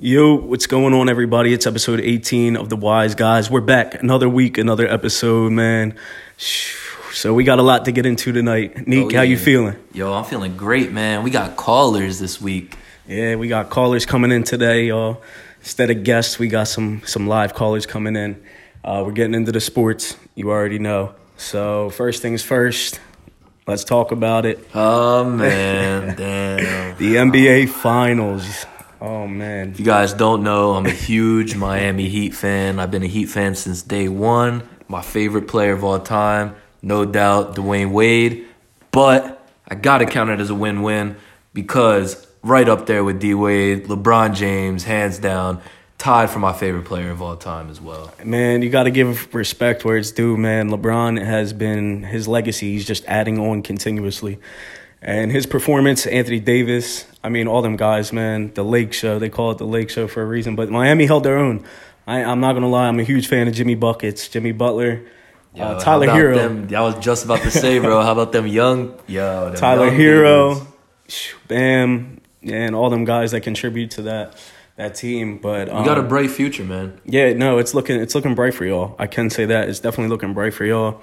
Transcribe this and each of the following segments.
Yo, what's going on, everybody? It's episode 18 of The Wise Guys. We're back another week, another episode, man. So we got a lot to get into tonight. Neek, Oh, how you yeah. feeling? Yo, I'm feeling great, man. We got callers this week. Yeah, we got callers coming in today, y'all. Instead of guests, we got some some live callers coming in. Uh, we're getting into the sports. You already know. So first things first, let's talk about it. Oh man, damn. If The NBA Finals. Oh man, you guys don't know, I'm a huge Miami Heat fan. I've been a Heat fan since day one. My favorite player of all time, no doubt, Dwayne Wade. But I gotta count it as a win-win because right up there with D Wade, LeBron James, hands down, tied for my favorite player of all time as well. Man, you got to give respect where it's due, man. LeBron has been his legacy. He's just adding on continuously. And his performance, Anthony Davis, I mean, all them guys, man, the Lake Show, they call it the Lake Show for a reason. But Miami held their own. I, I'm not going to lie, I'm a huge fan of Jimmy Buckets, Jimmy Butler, Yo, uh, how Tyler about Hero. them- I was just about to say, bro. How about them young? Yo, them Tyler young dudes. Hero, Bam, and all them guys that contribute to that that team. But um, You got a bright future, man. Yeah, no, it's looking it's looking bright for y'all. I can say that it's definitely looking bright for y'all.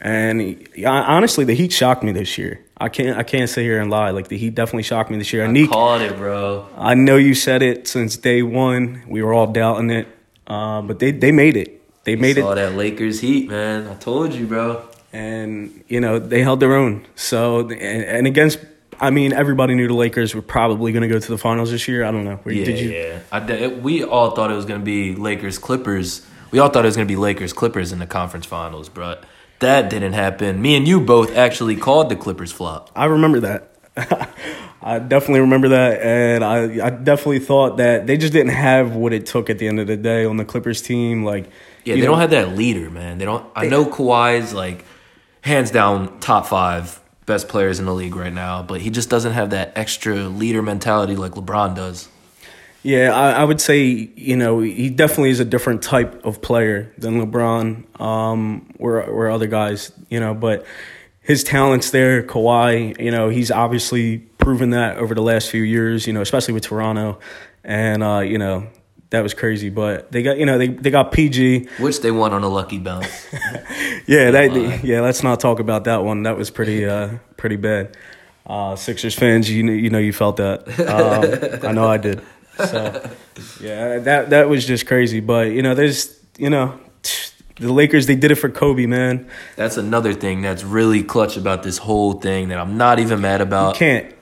And yeah, honestly, the Heat shocked me this year. I can't I can't sit here and lie. Like the Heat definitely shocked me this year. Neek, Caught it, bro. I know you said it since day one. We were all doubting it, uh, but they they made it. They made it, Saw that Lakers heat, man. I told you, bro. and you know they held their own. So and, and against. I mean, everybody knew the Lakers were probably going to go to the finals this year. I don't know. Where- Yeah, did you, yeah. I did- it- we all thought it was gonna be Lakers Clippers. We all thought it was gonna be Lakers Clippers in the conference finals, bro. That didn't happen. Me and you both actually called the Clippers flop. I remember that. I definitely remember that, and I I definitely thought that they just didn't have what it took at the end of the day on the Clippers team. Like, you Yeah, they know, don't have that leader, man. They don't. I know Kawhi's like hands down top five best players in the league right now, but he just doesn't have that extra leader mentality like LeBron does. Yeah, I, I would say you know he definitely is a different type of player than LeBron um, or or other guys. You know, but his talents there, Kawhi. You know, he's obviously proven that over the last few years. You know, especially with Toronto, and uh, you know that was crazy. But they got you know they they got PG. Which they won on a lucky bounce. Yeah, that, yeah. Let's not talk about that one. That was pretty uh, pretty bad. Uh, Sixers fans, you kn- you know you felt that. Um, I know I did. So yeah, that that was just crazy. But you know, there's you know the Lakers. They did it for Kobe, man. That's another thing that's really clutch about this whole thing that I'm not even mad about. Can't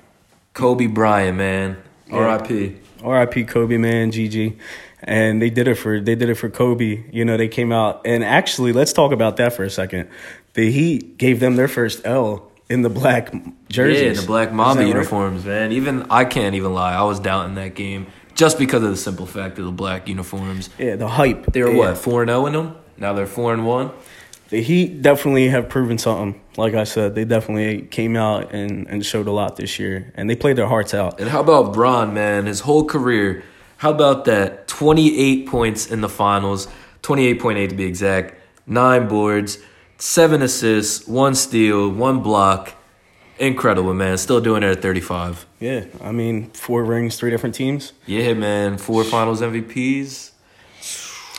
Kobe Bryant, man. R.I.P. R.I.P. Kobe, man, GG. And they did it for they did it for Kobe. You know, they came out and actually let's talk about that for a second. The Heat gave them their first L in the black jerseys. Yeah, in the black Is Mamba that right? uniforms, man. Even I can't even lie. I was doubting that game just because of the simple fact of the black uniforms. Yeah, the hype. They were yeah. what four and zero in them. Now they're four and one. The Heat definitely have proven something. Like I said, they definitely came out and, and showed a lot this year, and they played their hearts out. And how about Bron, man? His whole career. How about that? 28 points in the finals, 28.8 to be exact, nine boards, seven assists, one steal, one block. Incredible, man. Still doing it at 35. Yeah, I mean, four rings, three different teams. Yeah, man. Four finals MVPs.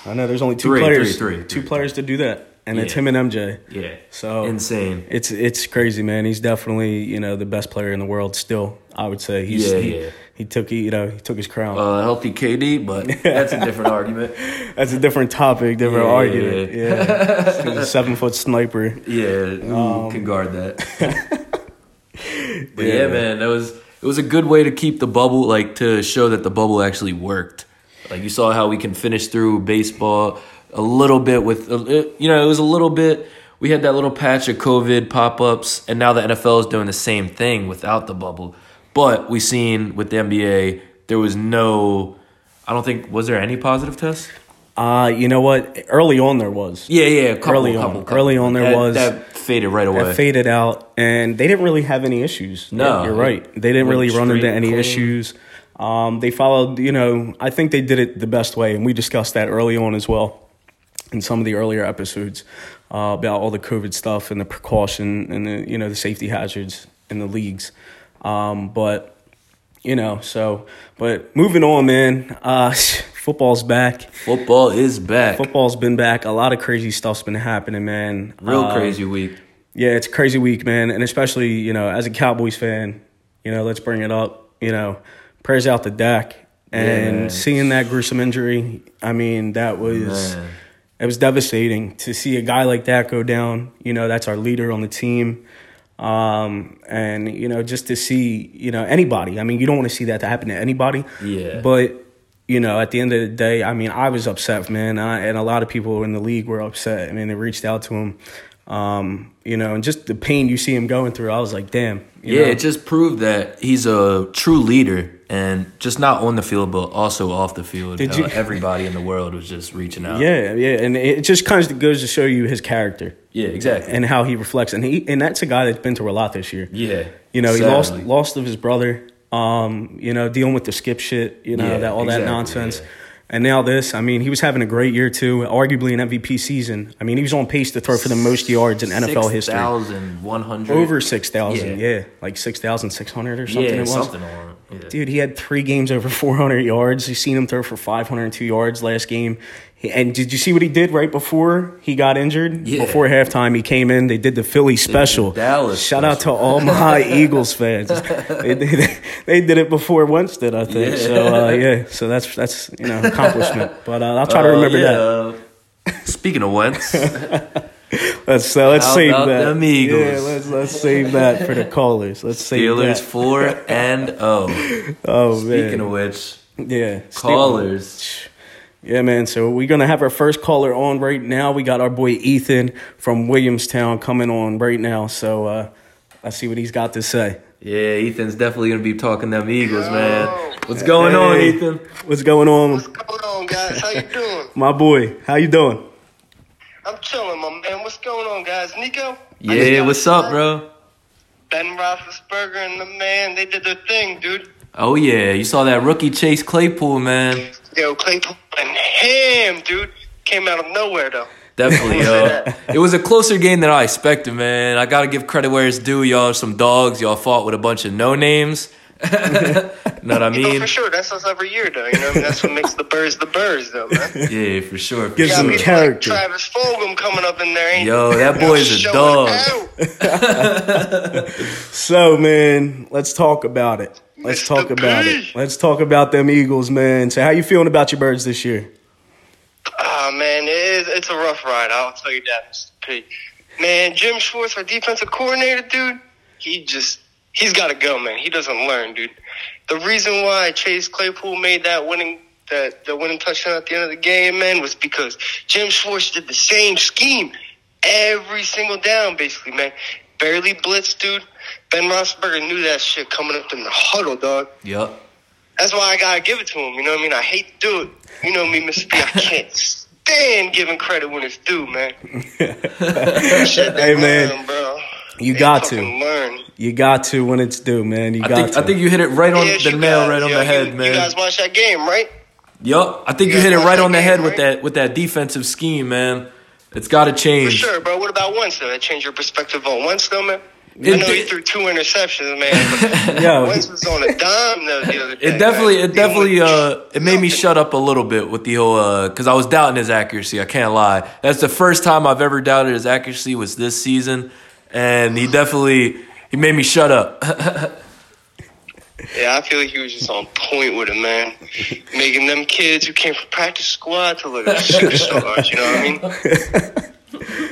I know there's only two Three, players, three, three, two three. players to do that, and it's Yeah. him and MJ. Yeah. So- insane. It's it's crazy, man. He's definitely you know the best player in the world still. I would say he's Yeah, he, yeah. he took he, you know he took his crown. Uh, healthy KD, but that's a different argument. That's a different topic, different Yeah, yeah, argument. Yeah, he's a seven foot sniper. Yeah, ooh, can guard that. but Yeah. Um, yeah. man, that was it was a good way to keep the bubble, like to show that the bubble actually worked. Like you saw how we can finish through baseball a little bit with, uh, you know, it was a little bit. We had that little patch of COVID pop ups, and now the NFL is doing the same thing without the bubble. But we seen with the NBA, there was no. I don't think was there any positive tests. Uh, you know what? Early on there was. Yeah, yeah, a couple, Early on. couple, couple. Early on there That- was- that faded right away. that faded out, and they didn't really have any issues. No. you're right. They didn't Went really run into straight any clean. issues. Um, they followed, you know, I think they did it the best way, and we discussed that early on as well in some of the earlier episodes uh, about all the COVID stuff and the precaution and the you know the safety hazards in the leagues. Um, but you know. So, but moving on, man. Uh, football's back. Football is back. Football's been back. A lot of crazy stuff's been happening, man. Real Um, crazy week. Yeah, it's a crazy week, man. And especially, you know, as a Cowboys fan, you know, let's bring it up. You know, prayers out to Dak. And man. seeing that gruesome injury, I mean, that was Man. it was devastating to see a guy like that go down. You know, that's our leader on the team. Um, and you know, just to see, you know, anybody. I mean, you don't want to see that to happen to anybody. Yeah. But you know, at the end of the day, I mean, I was upset, man, I, and a lot of people in the league were upset. I mean, they reached out to him, um, you know, and just the pain you see him going through. I was like, damn. you Yeah, know? it just proved that he's a true leader, and just not on the field, but also off the field. Did how you- Everybody in the world was just reaching out. yeah, yeah, and it just kind of goes to show you his character yeah, exactly. and how he reflects, and he and that's a guy that's been through a lot this year. yeah, You know, he sadly. lost lost of his brother. Um, you know, dealing with the skip shit. You know Yeah, that all that exactly, nonsense. yeah. And now this, I mean, he was having a great year too, arguably an MVP season. I mean, he was on pace to throw for the most yards in NFL history, 6,100. over six thousand. Yeah. Yeah. like six thousand six hundred or something. yeah, it was. something on it. Yeah. Dude, he had three games over 400 yards. You seen him throw for 502 yards last game. He- And did you see what he did right before he got injured? Yeah. Before halftime, he came in. They did the Philly special. Dallas Shout out to all my Eagles fans. They, they, they did it before once did, I think. Yeah. So uh, yeah, so that's that's you know accomplishment. But uh, I'll try to remember Uh, yeah, uh, Speaking of Wentz, that. Let's uh, let's How save about that. them Eagles? Yeah, let's let's save that for the callers. Let's save Steelers that. four and oh. Oh man. Speaking of which, Yeah. Callers. Yeah, man. So we're gonna have our first caller on right now. We got our boy Ethan from Williamstown coming on right now. So uh, let's see what he's got to say. yeah, Ethan's definitely gonna be talking them Eagles, man. What's going on, Hey. Ethan? What's going on, What's going on, guys? How you doing? my boy? How you doing? I'm chilling, my man. What's going on, guys? Nico? I just Yeah, gotta what's say, up, bro? Ben Roethlisberger and the man, they did their thing, dude. Oh yeah, you saw that rookie Chase Claypool, man. Yo, Claypool and ham, dude. Came out of nowhere, though. Definitely, yo. Yeah. It was a closer game than I expected, man. I gotta give credit where it's due. Y'all are some dogs. Y'all fought with a bunch of no names. know what I You know, mean? Oh, for sure, that's us every year, though. You know, what I mean? that's what makes the birds the birds, though, man. Yeah, for sure. For Gives Got Some sure. people character. Like Travis Fulgham coming up in there, ain't Yo, that boy is a Showing dog. out. So, man, let's talk about it. Let's Mr. talk about P. it. Let's talk about them Eagles, man. So, how you feeling about your birds this year? Ah, man, it is, it's a rough ride. I'll tell you that, Mr. P. Man, Jim Schwartz, our defensive coordinator, dude, he just, he's got to go, man. He doesn't learn, dude. The reason why Chase Claypool made that winning, that the winning touchdown at the end of the game, man, was because Jim Schwartz did the same scheme every single down, basically, man. Barely blitzed, dude. Ben Roethlisberger knew that shit coming up in the huddle, dog. Yup. That's why I gotta give it to him. You know what I mean? I hate to do it. You know me, Mr. B. I can't stand giving credit when it's due, man. Shit, Hey, they man. learn, bro. You They got fucking to. Learn. You got to when it's due, man. You I got think to. I think you hit it right on Yes, the you nail, guys- right on yo, the you- head, man. You guys watched that game, right? Yup, I think you, You hit it guys right watch on the that head game, with right? that with that defensive scheme, man. It's got to For change. sure, bro. What about once though? That changed your perspective on once though, man. It I know he did. threw two interceptions, man. Yo, But once was on a dime though the other day. It definitely, man. it definitely, uh, it made me Nothing. shut up a little bit with the whole, uh, cause I was doubting his accuracy. I can't lie. That's the first time I've ever doubted his accuracy was this season, and he definitely he made me shut up. Yeah, I feel like he was just on point with it, man. Making them kids who came from practice squad to look like superstars, you know what I mean?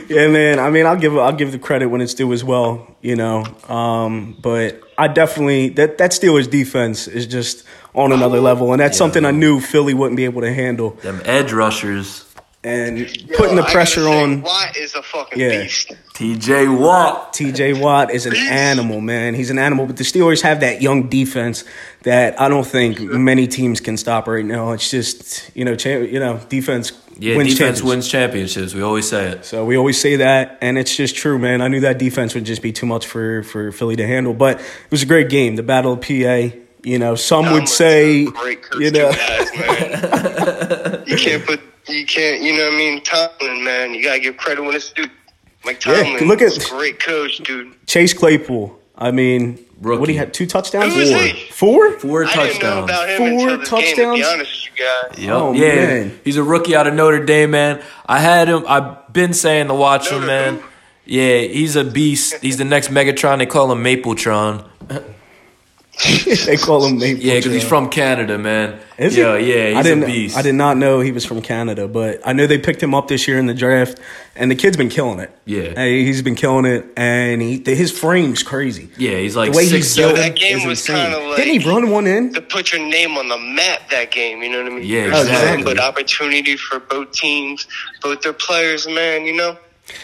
Yeah, man. I mean, I'll give I'll give the credit when it's due as well, you know. Um, but I definitely that that Steelers defense is just on another level, and that's something I knew Philly wouldn't be able to handle. Them edge rushers, And putting the I gotta pressure say, on Watt is a fucking Yeah. beast. T.J. Watt. T.J. Watt is an animal, man. He's an animal. But the Steelers have that young defense that I don't think many teams can stop right now. It's just you know, cha- you know, defense Yeah, wins defense champions. wins championships. We always say it. So we always say that, and it's just true, man. I knew that defense would just be too much for, for Philly to handle, but it was a great game. The Battle of PA, you know, some Tom would was say, a great coach you know, to guys, man. you can't put, you can't, you know what I mean? Tomlin, man, you gotta give credit when it's due. Mike Yeah, Tomlin, look at- is a great coach, dude. Chase Claypool. I mean, Rookie. What do you have? Two touchdowns? Who is he? Four? Four I didn't know touchdowns. about him Four until this game, to be touchdowns? honest with you guys. Yep. Oh, yeah, man. he's a rookie out of Notre Dame, man. I had him. I've been saying to watch him, Notre man. who? Yeah, he's a beast. He's the next Megatron. They call him Mapletron. they call him Maple. Yeah, because he's Joe. from Canada, man. Is he? yeah, yeah, he's I didn't, a beast. I did not know he was from Canada, but I know they picked him up this year in the draft, and the kid's been killing it. Yeah. Hey, he's been killing it, and he, his frame's crazy. Yeah, he's like the way six he's built that game is was insane. kinda like- Didn't he run one in? To put your name on the map that game, you know what I mean? Yeah, There's exactly. nothing but opportunity for both teams, both their players, man, you know?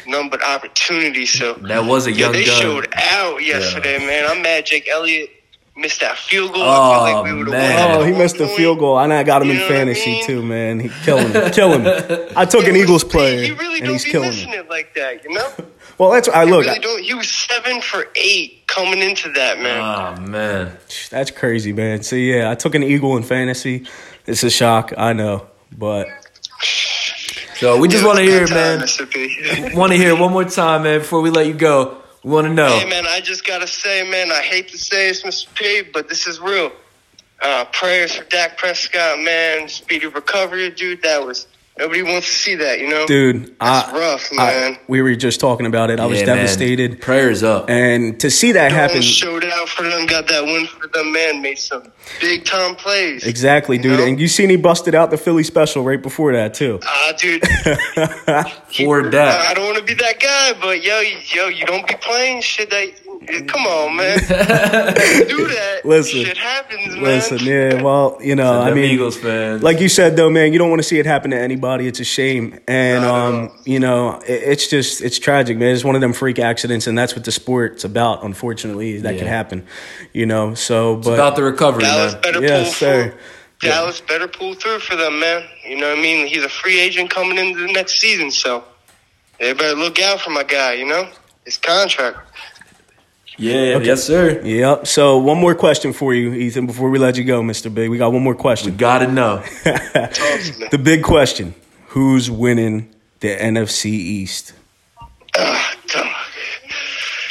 None but opportunity, so. That was a Yeah, young they gun. showed out yesterday, man. I'm mad Jake Elliott missed that field goal. I feel like we Oh, would've man. won at Oh, he one missed a point. field goal, and I got him You in know what I fantasy mean? too, man. He killing him, killing him. I took an You Eagles really- player, You really and don't he's be killing missing him. it like that, you know? Well, that's I You look. really don't. He was seven for eight coming into that, man. Oh man, That's crazy, man. So yeah, I took an Eagle in fantasy. It's a shock, I know, but so we just It was want to a hear, good it, man. time, Mr. P. Want to hear it one more time, man? Before we let you go, we want to know. Hey man, I just gotta say, man, I hate to say it's Mr. P, but this is real. Uh, prayers for Dak Prescott, man. Speedy recovery, dude. That was nobody wants to see that, you know. dude, That's I, rough, I- man. we were just talking about it. I was Yeah, man. devastated, Prayers up. and to see that Everyone happen, showed out for them, got that win for them, man. Made some big time plays. exactly, dude. know? And you seen he busted out the Philly special right before that too. Ah, dude. For I I that. don't want to be that guy, but yo, yo, you don't be playing shit that. Come on, man. Do that. Listen. shit happens, man. Listen, yeah, well, you know, Uh, I Them mean, Eagles fans. like you said though, man, you don't want to see it happen to anybody. It's a shame, and um, you know, it, it's just it's tragic, man. It's one of them freak accidents, and that's what the sport's about. Unfortunately, is that Yeah. could happen, you know. So, but about the recovery, Dallas man. better Yes, pull sir. through. Dallas better pull through for them, man. You know what I mean? He's a free agent coming into the next season, so they better look out for my guy. You know, his contract. Yeah, yes, sir. yep. So, one more question for you, Ethan, before we let you go, Mister Big. We got one more We question. gotta know. Talk to me. The big question: Who's winning the NFC East? Ah, dog.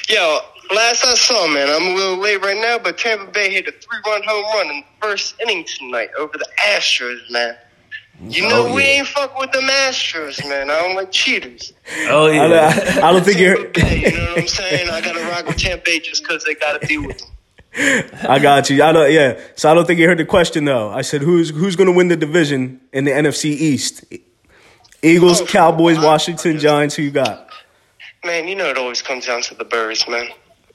Yo, last I saw, man, I'm a little late right now, but Tampa Bay hit a three-run home run in the first inning tonight over the Astros, man. You know Oh, we yeah. ain't fuck with them Astros, man. I don't like cheaters. Oh I, yeah. don't- I don't think you're. Tampa Bay, you know what I'm saying? I gotta rock with Tampa Bay just because they gotta deal with them. I got you. I don't. Yeah. So I don't think you heard the question though. I said who's who's going to win the division in the NFC East? Eagles, Oh, Cowboys, I- Washington, Giants. Who you got? Man, you know it always comes down to the birds, man.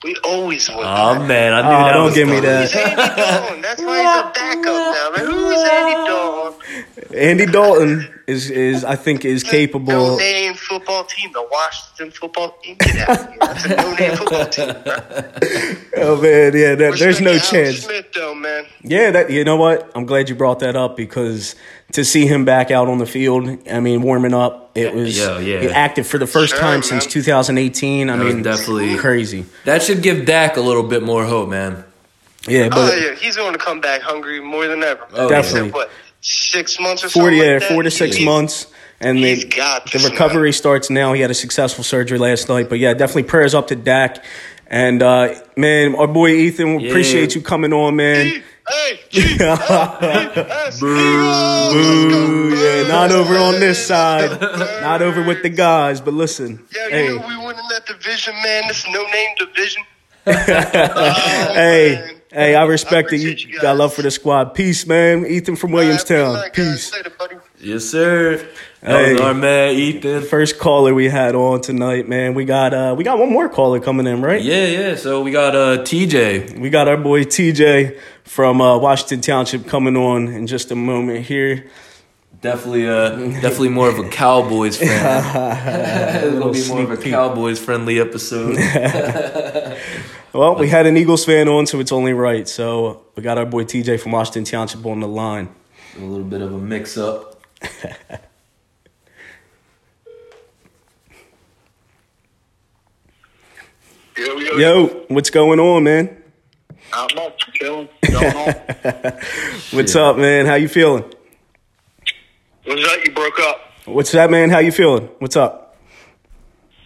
We always win. Oh man, I knew Oh, that. don't was give me coming. that. Who's Andy Dalton? That's why he's a backup now, man. Who's Andy Dalton? Andy Dalton is is I think is No capable. name football team, the Washington football team. Get out of here. That's a no name football team. bro. Oh man, yeah. there- there's Respect no to Alex chance. Smith, though, man. Yeah, that you know what? I'm glad you brought that up because to see him back out on the field, I mean, warming up, it was yeah, yeah. he active for the first Sure, time man. since 2018. I That was mean, definitely- crazy. That should give Dak a little bit more hope, man. Yeah, Oh but yeah, he's going to come back hungry more than ever. Oh, He Definitely. said, what six months or four, something? yeah, like that? four to six He's- months. And he's the, got the this, recovery starts now. He had a successful surgery last night. But yeah, definitely prayers up to Dak. And uh, man, our boy Ethan, we Yeah. appreciate you coming on, man. Hey, G, us Eagles, let's go, Ooh, yeah, not over on this Birds. side, not over with the guys. But listen, Yeah, you hey, know we winning that division, man. This no name division. Oh, hey, hey, I respect that I you appreciate you got guys. love for the squad. Peace, man. Ethan from Williamstown. Peace. Later, buddy. Yes, sir. That Hey. was our man, Ethan. First caller we had on tonight, man. We got uh, we got one more caller coming in, right? Yeah, yeah. So we got uh TJ. We got our boy TJ from uh, Washington Township coming on in just a moment here. Definitely uh definitely more of a Cowboys fan. It'll be more of a Cowboys friendly episode. Well, we had an Eagles fan on, so it's only right. So we got our boy TJ from Washington Township on the line. a little bit of a mix up. Yo, yo, Yo, what's going on, man? I'm up, chilling. Going on. What's Yeah. up, man? How you feeling? What's up? You broke up. What's that, man? How you feeling? What's up?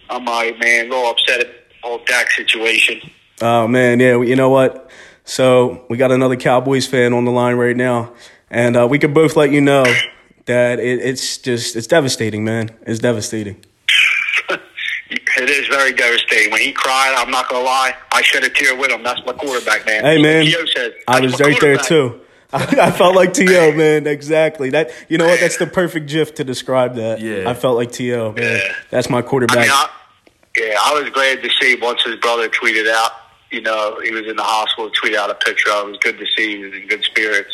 I'm all right, man. A little upset at the whole Dak situation. Oh man, yeah. You know what? So we got another Cowboys fan on the line right now, and uh, we could both let you know that it, it's just it's devastating, man. It's devastating. It is very devastating. When he cried, I'm not gonna lie, I shed a tear with him. That's my quarterback, man. Hey man, Yo said, I "That's was my right there quarterback." too. I, I felt like To, man. Exactly. That you know what? That's the perfect gif to describe that. Yeah. I felt like To, man. Yeah. That's my I quarterback. mean, I, yeah, I was glad to see once his brother tweeted out. You know, he was in the hospital. Tweeted out a picture. of him. It was good to see. He was in good spirits.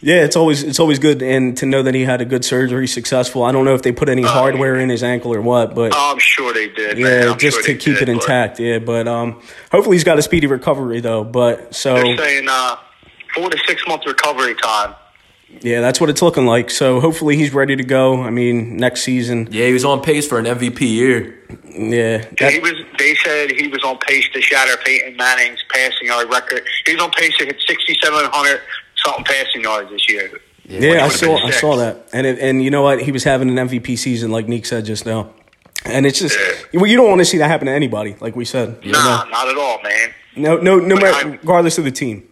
yeah, it's always it's always good and to know that he had a good surgery, successful. I don't know if they put any Oh, hardware in his ankle or what, but I'm sure they did. man. yeah, Oh, I'm just sure to they keep did, it but intact. Yeah, but um, hopefully he's got a speedy recovery though. But so They're saying uh, four to six month recovery time. yeah, that's what it's looking like. So hopefully he's ready to go. I mean, next season. Yeah, he was on pace for an MVP year. Yeah, he that, was. They said he was on pace to shatter Peyton Manning's passing yard record. He was on pace to hit 6,700 something passing yards this year. yeah. I would've been saw I six. saw that, and it, and you know what? He was having an MVP season, like Nick said just now. And it's just well, you don't want to see that happen to anybody, like we said. you Nah, not at all, man. know? No, no, no matter I- regardless of the team.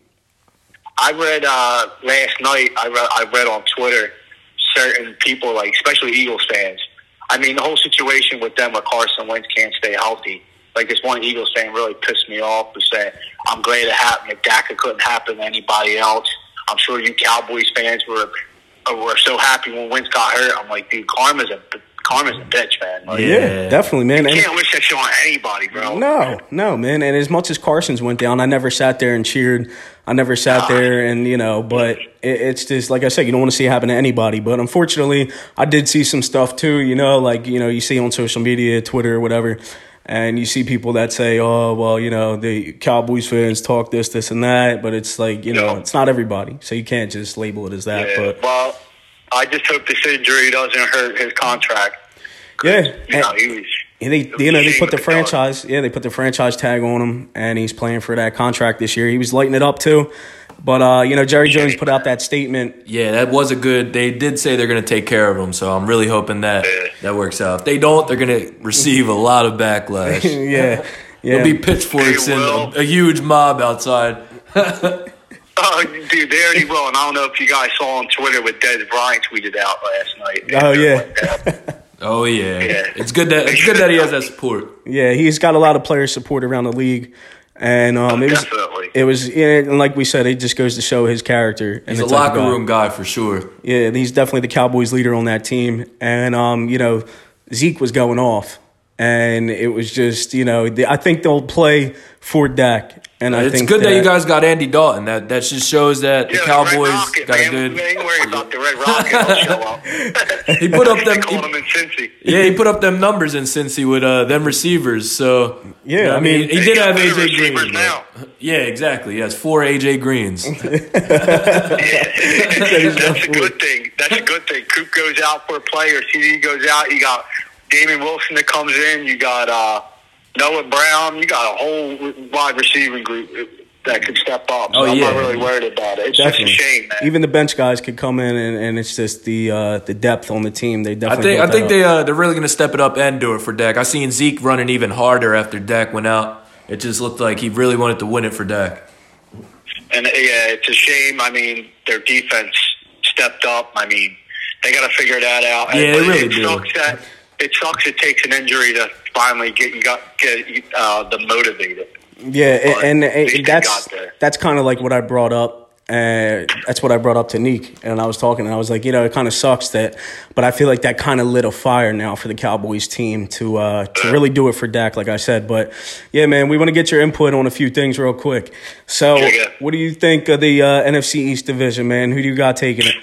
I read uh, last night. I read, I read on Twitter certain people, like especially Eagles fans. I mean, the whole situation with them, with Carson Wentz can't stay healthy. Like this one Eagles fan really pissed me off. Was saying, "I'm glad it happened. If Dak, it couldn't happen to anybody else." I'm sure you Cowboys fans were were so happy when Wentz got hurt. I'm like, dude, karma's a karma's a bitch, man. Like, Yeah, Yeah. definitely, man. And- Can't wish that shit on anybody, bro. No, no, man. And as much as Carson's went down, I never sat there and cheered. I never sat there and you know, but it, it's just like I said, you don't want to see it happen to anybody. But unfortunately, I did see some stuff too. You know, like you know, you see on social media, Twitter, whatever, and you see people that say, "Oh, well, you know, the Cowboys fans talk this, this, and that," but it's like you know, Yeah. it's not everybody, so you can't just label it as that. Yeah, But well, I just hope this injury doesn't hurt his contract. yeah, You know, and- he was. Yeah, they It was you know a they shame put the with the Dodgers. franchise yeah they put the franchise tag on him and he's playing for that contract this year. He was lighting it up too, but uh, you know Jerry Jones put out that statement. Yeah, that was a good. They did say they're going to take care of him, so I'm really hoping that that works out. If they don't, they're going to receive a lot of backlash. yeah, yeah, There'll be pitchforks They and will. a, a huge mob outside. Oh, dude, they already will. And I don't know if you guys saw on Twitter what Des Bryant tweeted out last night. Oh, yeah. Oh yeah, Yeah. it's good that it's good that he has that support. yeah. He's got a lot of player support around the league, and um, it was Definitely. it was yeah, and like we said, it just goes to show his character. and He's a the type of locker guy. room guy for sure. Yeah, and he's definitely the Cowboys leader on that team. And um, you know, Zeke was going off, and it was just you know the, I think they'll play for Dak. And I it's think good that, you guys got Andy Dalton. That that just shows that the Yeah, Cowboys Rocket, got man. a good. They ain't worried about the Red Rocket. I'll show up. He put up they them. called him He, in Cincy. yeah, he put up them numbers in Cincy with uh, them receivers. So Yeah, you know I what mean- he, he They did got have better AJ Green. receivers but- now. Yeah, exactly. Yes, four AJ Greens. That's a good thing. That's a good thing. Coop goes out for a player. CD goes out. You got Damon Wilson that comes in. You got uh, Noah Brown. You got a whole wide receiving group that could step up. So Oh, I'm not yeah. really worried about it. It's Definitely. just a shame, man. Even the bench guys could come in, and, and it's just the uh, the depth on the team. They I definitely. think I built think that they uh, they're really going to step it up and do it for Dak. I seen Zeke running even harder after Dak went out. It just looked like he really wanted to win it for Dak. And uh, yeah, it's a shame. I mean, their defense stepped up. I mean, they got to figure that out. Yeah, And they really it do. sucks that it sucks. It takes an injury to finally get you got get uh, the motivated. up. yeah, a- and, At and, least they that's got there. that's kind of like what I brought up. Uh, that's what I brought up to Neek, and I was talking, and I was like, you know, it kind of sucks that, but I feel like that kind of lit a fire now for the Cowboys team to uh, to really do it for Dak, like I said. But yeah, man, we want to get your input on a few things real quick. So, Yeah, yeah. what do you think of the uh, NFC East division, man? Who do you got taking it?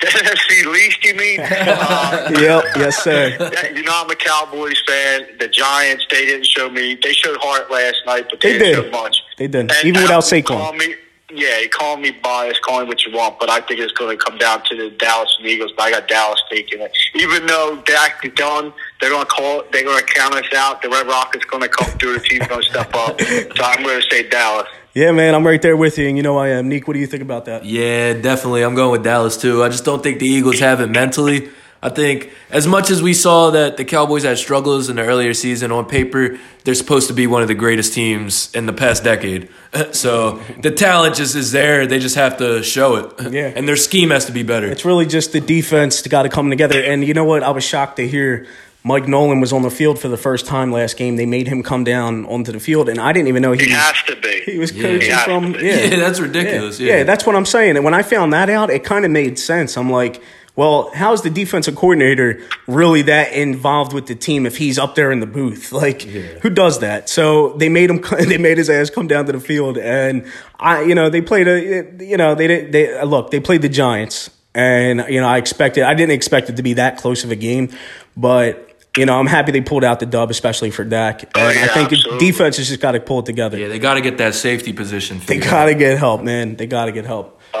NFC least, you mean? Uh, yep, yes, sir. that- you know, I'm a Cowboys fan. The Giants, they didn't show me. They showed heart last night, but they, They didn't did. show much. They did. Even without Apple Saquon. call Me, yeah, he called me biased, call me what you want, but I think it's going to come down to the Dallas and Eagles. But I got Dallas taking it, even though Dak is done. They're going to call. They're going to count us out. The Red Rockets going to come through. The team's going to step up. So I'm going to say Dallas. Yeah, man, I'm right there with you, and you know I am. Neek, what do you think about that? Yeah, definitely. I'm going with Dallas too. I just don't think the Eagles have it mentally. I I think as much as we saw that the Cowboys had struggles in the earlier season, on paper they're supposed to be one of the greatest teams in the past decade. so the talent just is there; they just have to show it. Yeah. and their scheme has to be better. It's really just the defense got to come together. And you know what? I was shocked to hear Mike Nolan was on the field for the first time last game. They made him come down onto the field, and I didn't even know he He was, has to be. he was coaching Yeah. from. Yeah, yeah. that's Yeah. ridiculous. Yeah, that's what I'm saying. And when I found that out, it kind of made sense. I'm like, well, how's the defensive coordinator really that involved with the team if he's up there in the booth? Like, who does that? So they made him. They made his ass come down to the field, and I, you know, they played a, you know, they did. They look, they played the Giants, and you know, I expected. I didn't expect it to be that close of a game, but. You know, I'm happy they pulled out the dub, especially for Dak. And Oh, I yeah, think the absolutely. defense has just got to pull it together. Yeah, they got to get that safety position. They Figured. out. got to get help, man. They got to get help. Uh, I,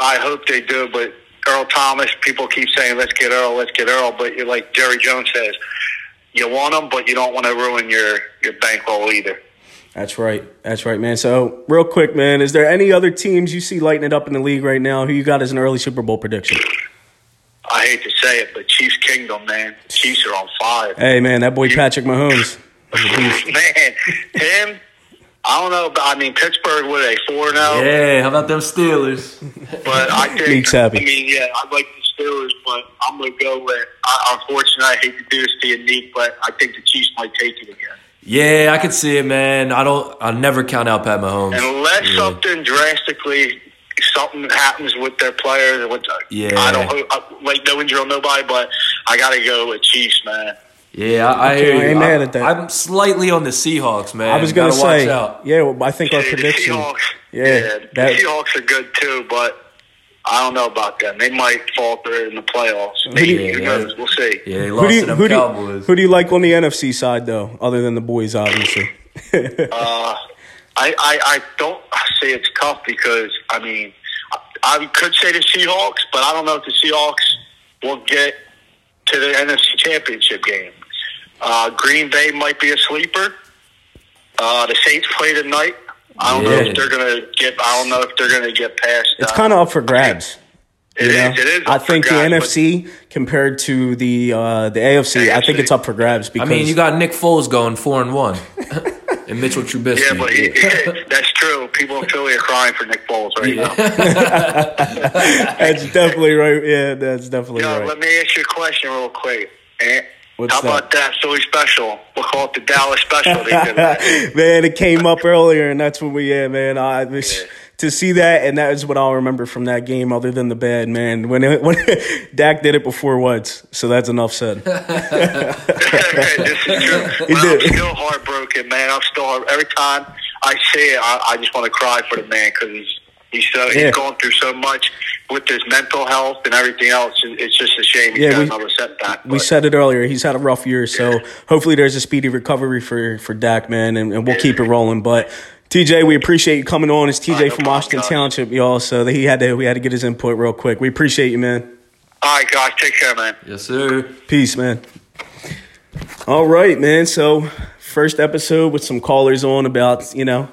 I I hope they do, but Earl Thomas, people keep saying, let's get Earl, let's get Earl. But you're like Jerry Jones says, you want him, but you don't want to ruin your, your bankroll either. That's right. That's right, man. So, real quick, man, is there any other teams you see lighting it up in the league right now? Who you got as an early Super Bowl prediction? I hate to say it, but Chiefs Kingdom, man. Chiefs are on fire. Hey, man, that boy Patrick Mahomes. man, him, I don't know. About, I mean, Pittsburgh, were they 4 now? Yeah, how about them Steelers? But I think, Meek's happy. I mean, yeah, I like the Steelers, but I'm going to go with, I, unfortunately, I hate to do this to you, Nick, but I think the Chiefs might take it again. Yeah, I could see it, man. I don't. I never count out Pat Mahomes. Unless Yeah. something drastically, something happens with their players. With, Yeah. I don't hope, I- like, no injury on nobody, but I got to go with Chiefs, man. Yeah, I, I hear I you. ain't I- mad at that. I'm slightly on the Seahawks, man. I was gonna Gotta watch say, out. yeah, well, I think our Yeah, prediction. The Seahawks, Yeah, yeah, that- the Seahawks are good too, but I don't know about them. They might fall through in the playoffs. do you- Maybe, who knows? We'll see. Yeah, they Who lost do to you them who do you, Cowboys. who do you like on the NFC side though, other than the boys, obviously? Uh, I, I I don't say it's tough because I mean I, I could say the Seahawks, but I don't know if the Seahawks will get to the NFC Championship game. Uh, Green Bay might be a sleeper. Uh, the Saints play tonight. I don't know Yeah. if they're gonna get. I don't know if they're gonna get past. It's uh, kind of up for grabs. It you know? is, It is. I up for think the grabs, but- NFC compared to the uh, the AFC, I think AFC. it's up for grabs I because mean, you got Nick Foles going four and one, and Mitchell Trubisky. Yeah, but he, that's true. People in Philly are crying for Nick Foles right now. that's definitely right. Yeah, that's definitely Yo, right. Let me ask you a question real quick. Eh? What's How about that Philly special? We'll call it the Dallas special. They did that. man, it came up earlier, and that's what we yeah, man. I was, to see that, and that is what I'll remember from that game. Other than the bad man, when it, when Dak did it before once, so that's enough said. this is true. But did. I'm still heartbroken, man. I'm still heart- every time I see it, I, I just want to cry for the man because he's he's so Yeah. he's going through so much with his mental health and everything else. And it's just a shame he's Yeah, got we- another setback. We but- said it earlier. He's had a rough year, so hopefully there's a speedy recovery for for Dak, man, and, and we'll keep it rolling. But TJ, we appreciate you coming on. It's TJ no from problem, Washington guys. Township, y'all. So he had to we had to get his input real quick. We appreciate you, man. all right, guys, take care, man. yes, sir. Peace, man. All right, man. So, first episode with some callers on about, you know,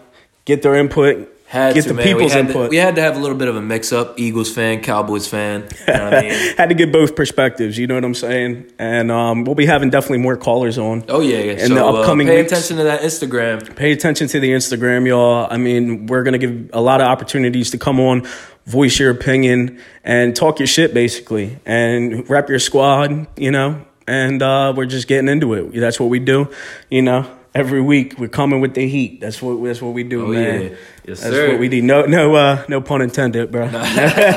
get their input, Had get to, the man. people's we had input. To, we had to have a little bit of a mix-up: Eagles fan, Cowboys fan. You know what I mean? had to get both perspectives, you know what I'm saying? And um, we'll be having definitely more callers on. Oh yeah, yeah. In so, the uh, upcoming pay weeks. attention to that Instagram. Pay attention to the Instagram, y'all. I mean, we're going to give a lot of opportunities to come on, voice your opinion, and talk your shit, basically, and rep your squad, you know? And uh, we're just getting into it. That's what we do, you know? Every week, we're coming with the heat. That's what, that's what we do, Oh, man. yeah. Yes, that's sir. what we do. No, no, uh, no pun intended, bro.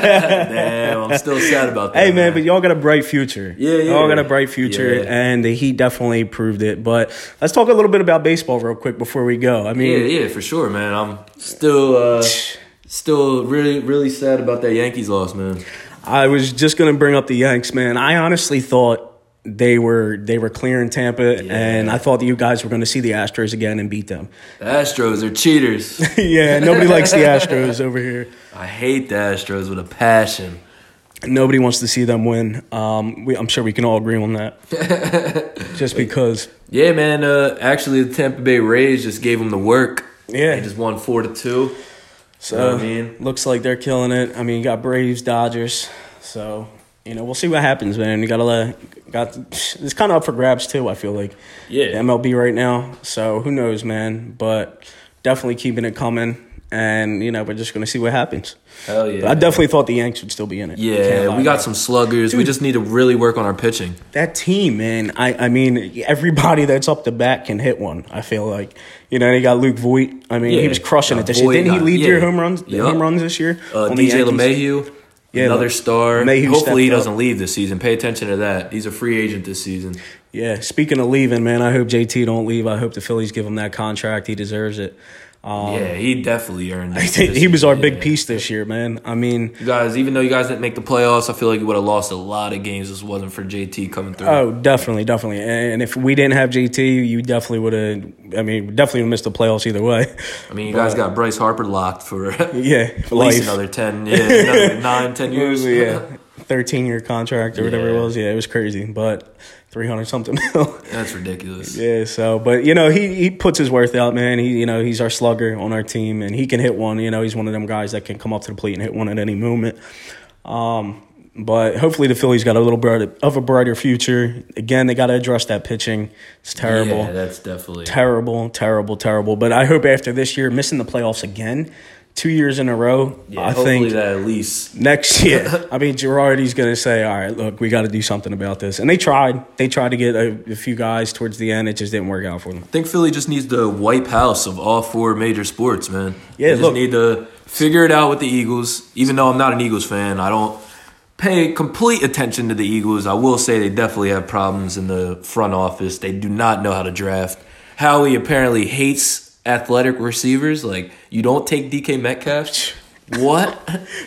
Damn, I'm still sad about that. Hey man, but y'all got a bright future. Yeah, yeah. Y'all got a bright future, Yeah. and the Heat definitely proved it. But let's talk a little bit about baseball real quick before we go. I Yeah, mean, yeah, for sure, man. I'm still, uh, still really, really sad about that Yankees loss, man. I was just gonna bring up the Yanks, man. I honestly thought they were they were clearing Tampa, and I thought that you guys were gonna see the Astros again and beat them. The Astros are cheaters. yeah, nobody likes the Astros over here. I hate the Astros with a passion. Nobody wants to see them win. Um, we, I'm sure we can all agree on that. just because, Yeah, man. Uh, actually, the Tampa Bay Rays just gave them the work. Yeah. they just won four to two. so Know what I mean? looks like they're killing it. I mean, you got Braves, Dodgers, so you know, we'll see what happens, man. You gotta let got it's kind of up for grabs too. I feel like Yeah. the MLB right now. So who knows, man? But definitely keeping it coming, and you know, we're just gonna see what happens. Hell yeah. I definitely thought the Yanks would still be in it. Can't Yeah, lie, we got man. some sluggers. We just need to really work on our pitching. that team, man. I, I mean, everybody that's up the bat can hit one. I feel like you know they got Luke Voigt. I mean, Yeah. he was crushing it this Voit year. Didn't he got- lead your yeah. home runs? Yup. Home runs this year. Uh, on the DJ Yankees? LeMahieu, Yeah, another Le- star. LeMahieu Hopefully, he stepped up. doesn't leave this season. Pay attention to that. He's a free agent this season. Yeah, speaking of leaving, man, I hope JT don't leave. I hope the Phillies give him that contract. He deserves it. yeah, he definitely earned it. this Um, he was our year, big yeah. piece this year, man. I mean, You guys, even though you guys didn't make the playoffs, I feel like you would have lost a lot of games if this wasn't for JT coming through. oh, definitely, definitely. And if we didn't have JT, you definitely would have. I mean, definitely missed the playoffs either way. I mean, you guys got Bryce Harper locked for at Yeah, for least life. another 10, yeah, another 9, 10 years. yeah, thirteen year contract or whatever Yeah. it was. Yeah, it was crazy, but three hundred something mil. That's ridiculous. Yeah, so but you know he he puts his worth out, man. He you know he's our slugger on our team, and he can hit one. You know he's one of them guys that can come up to the plate and hit one at any moment. Um, but hopefully the Phillies got a little brighter of a brighter future. Again, they got to address that pitching. It's terrible, Yeah, that's definitely. terrible, terrible, terrible. But I hope after this year, missing the playoffs again, two years in a row, yeah, I hopefully think that at least. next year. I mean, Girardi's going to say, "All right, look, we got to do something about this." And they tried. They tried to get a, a few guys towards the end. It just didn't work out for them. I think Philly just needs to wipe house of all four major sports, man. Yeah, they just look- need to figure it out with the Eagles. Even though I'm not an Eagles fan, I don't pay complete attention to the Eagles. I will say they definitely have problems in the front office. They do not know how to draft. Howie apparently hates athletic receivers. Like you don't take DK Metcalf. What?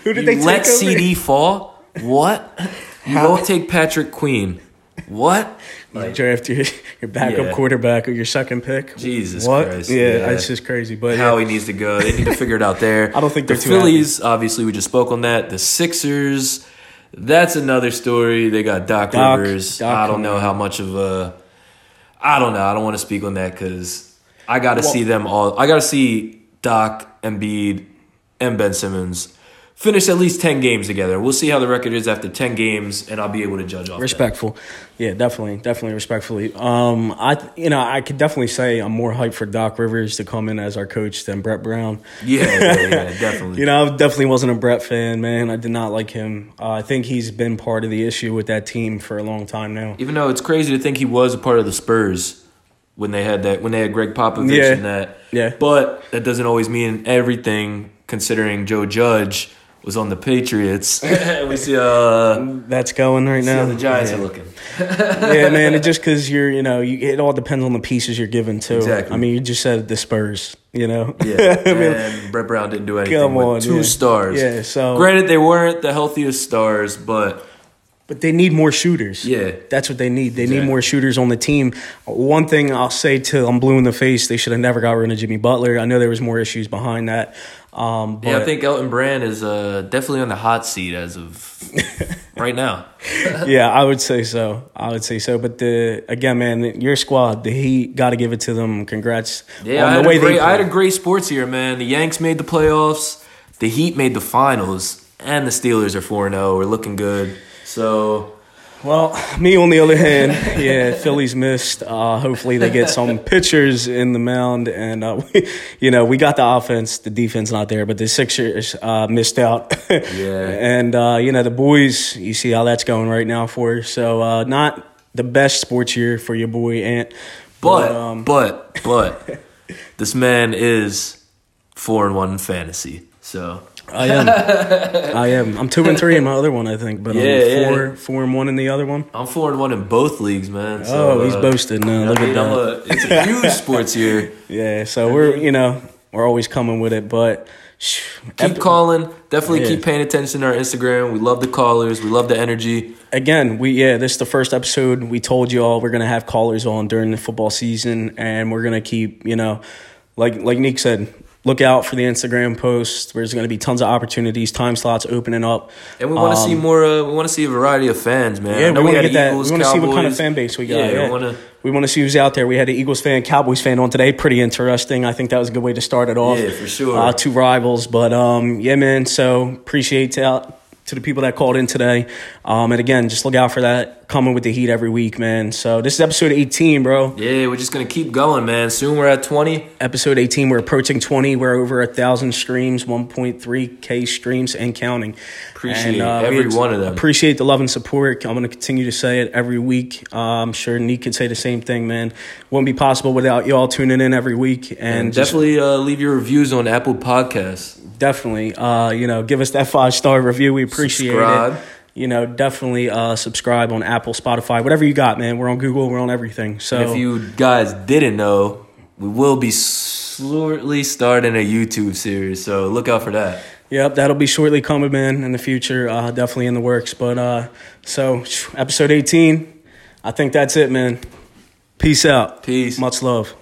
Who did you they take let over? CD fall? What? You don't take Patrick Queen. What? You draft your your backup Yeah. quarterback or your second pick. Jesus Christ, Yeah, yeah. it's just crazy. But how yeah. he needs to go. They need to figure it out there. I don't think the they're too Phillies. Obviously, we just spoke on that. The Sixers. That's another story. They got Doc, Doc- Rivers. Doc I don't know coming. how much of a. I don't know. I don't want to speak on that because I got to Well- see them all. I got to see Doc Embiid and Ben Simmons finish at least ten games together. We'll see how the record is after ten games, and I'll be able to judge off. that. respectful. Yeah, definitely, definitely respectfully. Um, I you know I could definitely say I'm more hyped for Doc Rivers to come in as our coach than Brett Brown. Yeah, yeah, yeah, definitely. You know, I definitely wasn't a Brett fan, man. I did not like him. Uh, I think he's been part of the issue with that team for a long time now. Even though it's crazy to think he was a part of the Spurs when they had that when they had Greg Popovich Yeah. and that. Yeah. But that doesn't always mean everything considering Joe Judge was on the Patriots. we see uh That's going right see now. how the Giants yeah. are looking. yeah, man. It just because you're, you know, you, it all depends on the pieces you're given too. Exactly. I mean, you just said the Spurs, you know. Yeah. I mean, and Brett Brown didn't do anything Come with on, two yeah. stars. Yeah, so- granted they weren't the healthiest stars, but But they need more shooters. Yeah. That's what they need. They Exactly. need more shooters on the team. One thing I'll say till I'm blue in the face, they should have never got rid of Jimmy Butler. I know there was more issues behind that. Um, but yeah, I think Elton Brand is uh, definitely on the hot seat as of right now. yeah, I would say so. I would say so. But the again, man, your squad, the Heat, got to give it to them. Congrats Yeah, I on had, the way a great, they. I had a played. great sports year, man. The Yanks made the playoffs, the Heat made the finals, and the Steelers are 4 0. We're looking good. So, well, me on the other hand, yeah, Phillies missed. Uh, hopefully, they get some pitchers in the mound, and uh, we, you know we got the offense, the defense not there, but the Sixers uh, missed out. and uh, you know the boys, you see how that's going right now for. us. So uh, not the best sports year for your boy Ant, but, um, but, but, this man is 4 and 1 in fantasy. So, I am. I am. I'm two and three in my other one, I think, but Yeah, yeah. I'm four, four and one in the other one. I'm 4 and 1 in both leagues, man. So, oh, he's uh, boasted now. I Look at mean, I'm that. a- it's a huge sports year. yeah, so we're you know we're always coming with it, but shh, Keep ep- calling. Definitely Yeah. keep paying attention to our Instagram. We love the callers. We love the energy. again, we yeah, this is the first episode. We told you all we're gonna have callers on during the football season, and we're gonna keep you know, like like Nick said. Look out for the Instagram posts. There's going to be tons of opportunities, time slots opening up. And we want to see more. Uh, we want to see a variety of fans, man. I Um, Yeah, know we want to had get that. Eagles, we want to see what kind of Cowboys. fan base we got. Yeah, we yeah. wanna- We want to see who's out there. We had an Eagles fan, Cowboys fan on today. Pretty interesting. I think that was a good way to start it off. Yeah, for sure. Uh, two rivals, but um, yeah, man. So appreciate to, to the people that called in today. Um, and again, just look out for that coming with the heat every week, man. So this is episode 18, bro. Yeah, we're just gonna keep going, man. Soon we're at twenty. Episode 18, we're approaching 20. We're over a thousand streams, 1.3k streams and counting. Appreciate And, uh, every we one of them. Appreciate the love and support. I'm going to continue to say it every week. Uh, I'm sure Nick could say the same thing, man. Wouldn't be possible without y'all tuning in every week. And, and just definitely uh, leave your reviews on Apple Podcasts. definitely uh you know give us that five star review we appreciate Subscribe. it you know definitely uh subscribe on apple spotify whatever you got man we're on google we're on everything so And if you guys didn't know, we will be shortly starting a YouTube series, so look out for that. yep that'll be shortly coming man in the future uh definitely in the works but uh so episode 18 i think that's it man peace out Peace. much love